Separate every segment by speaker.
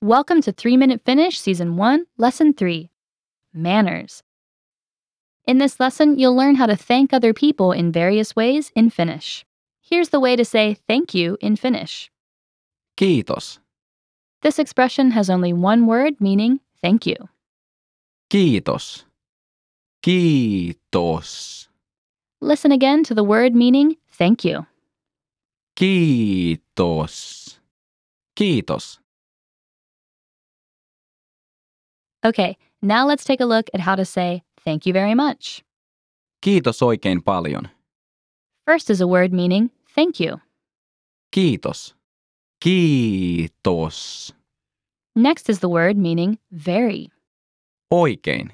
Speaker 1: Welcome to 3 Minute Finish, Season 1, Lesson 3 Manners. In this lesson, you'll learn how to thank other people in various ways in Finnish. Here's the way to say thank you in Finnish.
Speaker 2: Kiitos.
Speaker 1: This expression has only one word meaning thank you.
Speaker 2: Kiitos. Kiitos.
Speaker 1: Listen again to the word meaning thank you.
Speaker 2: Kiitos. Kiitos.
Speaker 1: Okay, now let's take a look at how to say thank you very much.
Speaker 2: Kiitos oikein paljon.
Speaker 1: First is a word meaning thank you.
Speaker 2: Kiitos. Kiitos.
Speaker 1: Next is the word meaning very.
Speaker 2: Oikein.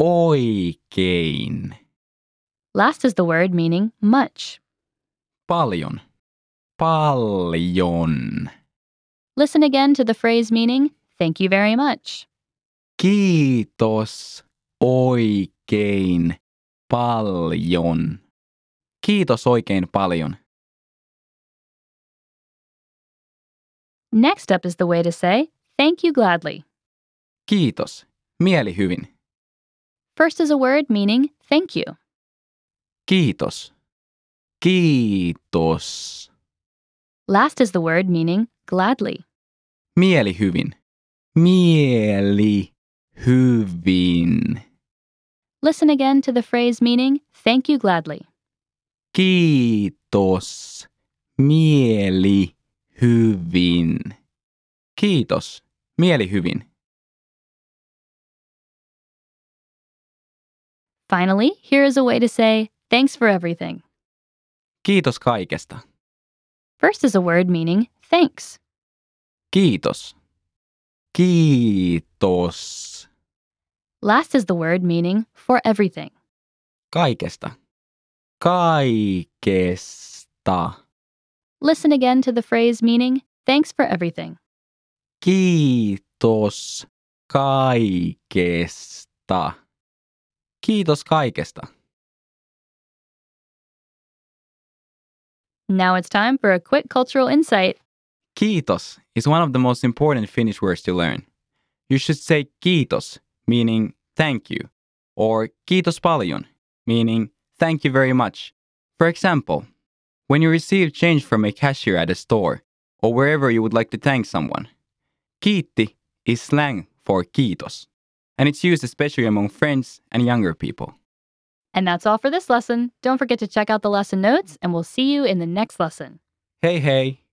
Speaker 2: Oikein.
Speaker 1: Last is the word meaning much.
Speaker 2: Paljon. Paljon.
Speaker 1: Listen again to the phrase meaning thank you very much.
Speaker 2: Kiitos oikein paljon. Kiitos oikein paljon.
Speaker 1: Next up is the way to say thank you gladly.
Speaker 2: Kiitos. Mieli hyvin.
Speaker 1: First is a word meaning thank you.
Speaker 2: Kiitos. Kiitos.
Speaker 1: Last is the word meaning gladly.
Speaker 2: Mieli hyvin. Mieli hyvin.
Speaker 1: Listen again to the phrase meaning thank you gladly.
Speaker 2: Kiitos. Mieli hyvin. Kiitos. Mieli hyvin.
Speaker 1: Finally, here is a way to say thanks for everything.
Speaker 2: Kiitos kaikesta.
Speaker 1: First is a word meaning thanks.
Speaker 2: Kiitos. Kiitos.
Speaker 1: Last is the word meaning for everything.
Speaker 2: Kaikesta. Kaikesta.
Speaker 1: Listen again to the phrase meaning thanks for everything.
Speaker 2: Kiitos kaikesta. Kiitos kaikesta.
Speaker 1: Now it's time for a quick cultural insight.
Speaker 2: Kiitos is one of the most important Finnish words to learn. You should say kiitos, meaning thank you, or kiitos paljon, meaning thank you very much. For example, when you receive change from a cashier at a store or wherever you would like to thank someone, kiitti is slang for kiitos, and it's used especially among friends and younger people.
Speaker 1: And that's all for this lesson. Don't forget to check out the lesson notes, and we'll see you in the next lesson.
Speaker 2: Hey, hey!